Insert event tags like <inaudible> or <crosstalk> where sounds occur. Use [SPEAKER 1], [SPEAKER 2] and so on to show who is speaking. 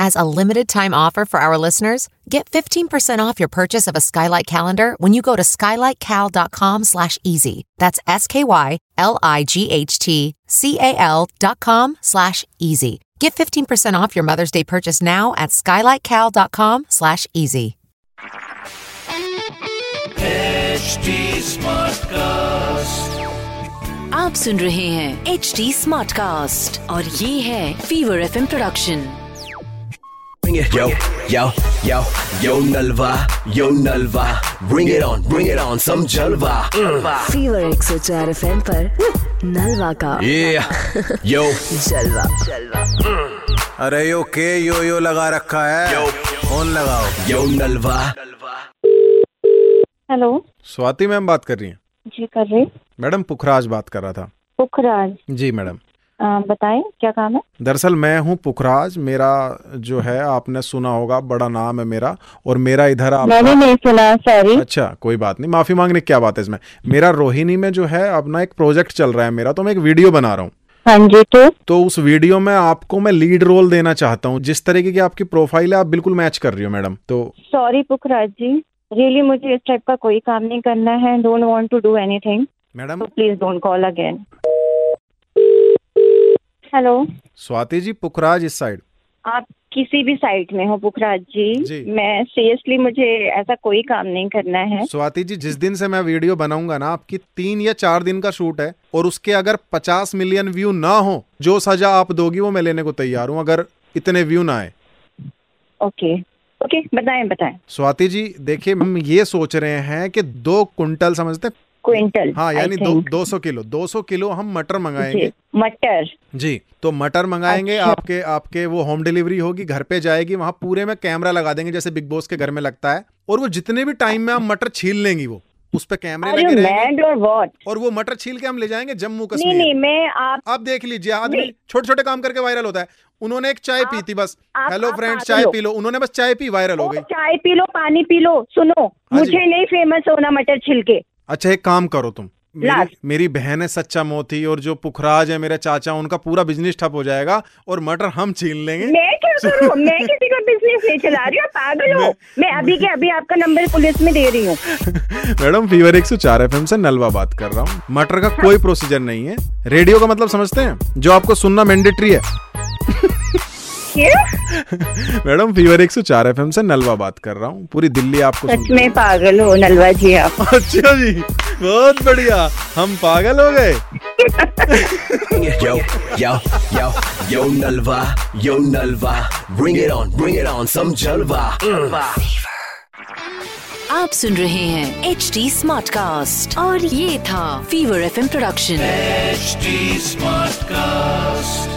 [SPEAKER 1] As a limited time offer for our listeners, get 15% off your purchase of a Skylight calendar when you go to skylightcal.com slash easy. That's S-K-Y-L-I-G-H-T-C-A-L dot com slash easy. Get 15% off your Mother's Day purchase now at skylightcal.com slash easy.
[SPEAKER 2] HD Smartcast.
[SPEAKER 3] आप सुन रहे हैं H D smart cast और ये है fever F production
[SPEAKER 2] Bring it, yo, yo, yo, yo, Nalva, yo, Nalva. Bring it on, bring it on, some Jalva. Mm.
[SPEAKER 3] Fever एक सौ चार एफ एम नलवा का
[SPEAKER 2] Yeah, yo,
[SPEAKER 3] जलवा जलवा
[SPEAKER 4] अरे यो के यो यो लगा रखा है फोन लगाओ
[SPEAKER 2] yo, Nalva.
[SPEAKER 5] Hello
[SPEAKER 4] Swati ma'am बात कर रही हैं
[SPEAKER 5] जी कर रही
[SPEAKER 4] मैडम पुखराज बात कर रहा था
[SPEAKER 5] पुखराज
[SPEAKER 4] जी मैडम
[SPEAKER 5] आ, बताएं क्या काम है
[SPEAKER 4] दरअसल मैं हूँ पुखराज मेरा जो है आपने सुना होगा बड़ा नाम है मेरा और मेरा इधर
[SPEAKER 5] मैंने
[SPEAKER 4] आप हाँ।
[SPEAKER 5] नहीं सुना सॉरी
[SPEAKER 4] अच्छा कोई बात नहीं माफी मांगने की क्या बात है इसमें मेरा रोहिणी में जो है अपना एक प्रोजेक्ट चल रहा है मेरा तो मैं एक वीडियो बना रहा हूँ
[SPEAKER 5] हाँ जी तो
[SPEAKER 4] तो उस वीडियो में आपको मैं लीड रोल देना चाहता हूँ जिस तरीके की आपकी प्रोफाइल है आप बिल्कुल मैच कर रही हो मैडम तो
[SPEAKER 5] सॉरी पुखराज जी रियली मुझे इस टाइप का कोई काम नहीं करना है don't want to do anything
[SPEAKER 4] madam
[SPEAKER 5] तो please don't call again hello
[SPEAKER 4] Swati ji Pukhraj इस साइड
[SPEAKER 5] आप किसी भी साइट में हो पुखराज जी,
[SPEAKER 4] जी।
[SPEAKER 5] मैं सीरियसली मुझे ऐसा कोई काम नहीं करना है
[SPEAKER 4] स्वाति जी जिस दिन से मैं वीडियो बनाऊंगा ना आपकी तीन या चार दिन का शूट है और उसके अगर पचास मिलियन व्यू ना हो जो सजा आप दोगी वो मैं लेने को तैयार हूँ अगर इतने व्यू ना आए
[SPEAKER 5] ओके ओके बताएं बताएं
[SPEAKER 4] स्वाति जी देखिए हम ये सोच रहे हैं कि दो कुंटल समझते हैं?
[SPEAKER 5] क्विंटल
[SPEAKER 4] हाँ यानी
[SPEAKER 5] I
[SPEAKER 4] दो
[SPEAKER 5] think.
[SPEAKER 4] दो सौ किलो दो सौ किलो हम मटर
[SPEAKER 5] जी
[SPEAKER 4] मंगाएंगे
[SPEAKER 5] मटर
[SPEAKER 4] जी तो मटर मंगाएंगे
[SPEAKER 5] अच्छा।
[SPEAKER 4] आपके आपके वो होम डिलीवरी होगी घर पे जाएगी वहाँ पूरे में कैमरा लगा देंगे जैसे बिग बॉस के घर में लगता है और वो जितने भी टाइम में आप मटर छील लेंगी वो उस पे कैमरे
[SPEAKER 5] आर यू
[SPEAKER 4] लगे रहेंगे
[SPEAKER 5] मैड और व्हाट
[SPEAKER 4] और वो मटर छील के हम ले जाएंगे जम्मू
[SPEAKER 5] नहीं नहीं
[SPEAKER 4] कश्मीर
[SPEAKER 5] मैं आप
[SPEAKER 4] आप देख लीजिए आदमी
[SPEAKER 5] नहीं।
[SPEAKER 4] छोटे छोटे काम करके वायरल होता है उन्होंने एक चाय पी थी बस
[SPEAKER 5] आप-
[SPEAKER 4] हेलो
[SPEAKER 5] आप
[SPEAKER 4] फ्रेंड्स
[SPEAKER 5] पागल
[SPEAKER 4] चाय
[SPEAKER 5] हो।
[SPEAKER 4] पी लो उन्होंने बस चाय पी वायरल हो
[SPEAKER 5] ओ,
[SPEAKER 4] गई हाँ
[SPEAKER 5] चाय पी लो पानी पी लो सुनो
[SPEAKER 4] जी।
[SPEAKER 5] मुझे नहीं फेमस होना मटर छिलके
[SPEAKER 4] अच्छा एक काम करो तुम मेरी,
[SPEAKER 5] लास्ट।
[SPEAKER 4] मेरी बहन है सच्चा मोती और जो पुखराज है मेरे चाचा उनका पूरा बिजनेस ठप हो जाएगा और मटर हम छीन लेंगे
[SPEAKER 5] मैं क्या करूँ मैं किसी का बिजनेस नहीं चला रही हूँ आप पागल हो मैं अभी के अभी आपका नंबर पुलिस में दे रही हूँ
[SPEAKER 4] <laughs> मैडम फीवर 104 एफएम से नलवा बात कर रहा हूँ मटर का कोई प्रोसीजर नहीं है रेडियो का मतलब समझते हैं जो आपको सुनना मैंडेटरी है <laughs>
[SPEAKER 5] ये?
[SPEAKER 4] मैडम फीवर 104 एफएम से नलवा बात कर रहा हूँ पूरी दिल्ली आपको
[SPEAKER 5] सच
[SPEAKER 4] सुनती है।
[SPEAKER 5] में पागल हो नलवा जी आप
[SPEAKER 4] अच्छा जी बहुत बढ़िया हम पागल हो गए
[SPEAKER 2] Yo, yo, yo, yo, Nalva, yo, Nalva. Bring it on, bring it on, some Jalva. Mm.
[SPEAKER 3] आप सुन रहे हैं एच डी स्मार्ट कास्ट और ये था fever F production
[SPEAKER 2] HD Smartcast.